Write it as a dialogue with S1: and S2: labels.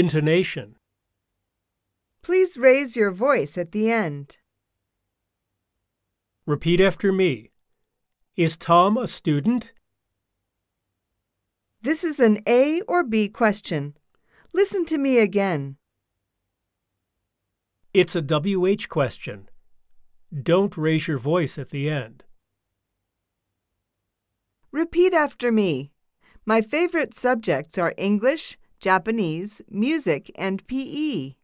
S1: Intonation.
S2: Please raise your voice at the end.
S1: Repeat after me. Is Tom a student?
S2: This is an A or B question. Listen to me again.
S1: It's a WH question. Don't raise your voice at the end.
S2: Repeat after me. My favorite subjects are English, Japanese, music, and E. PE.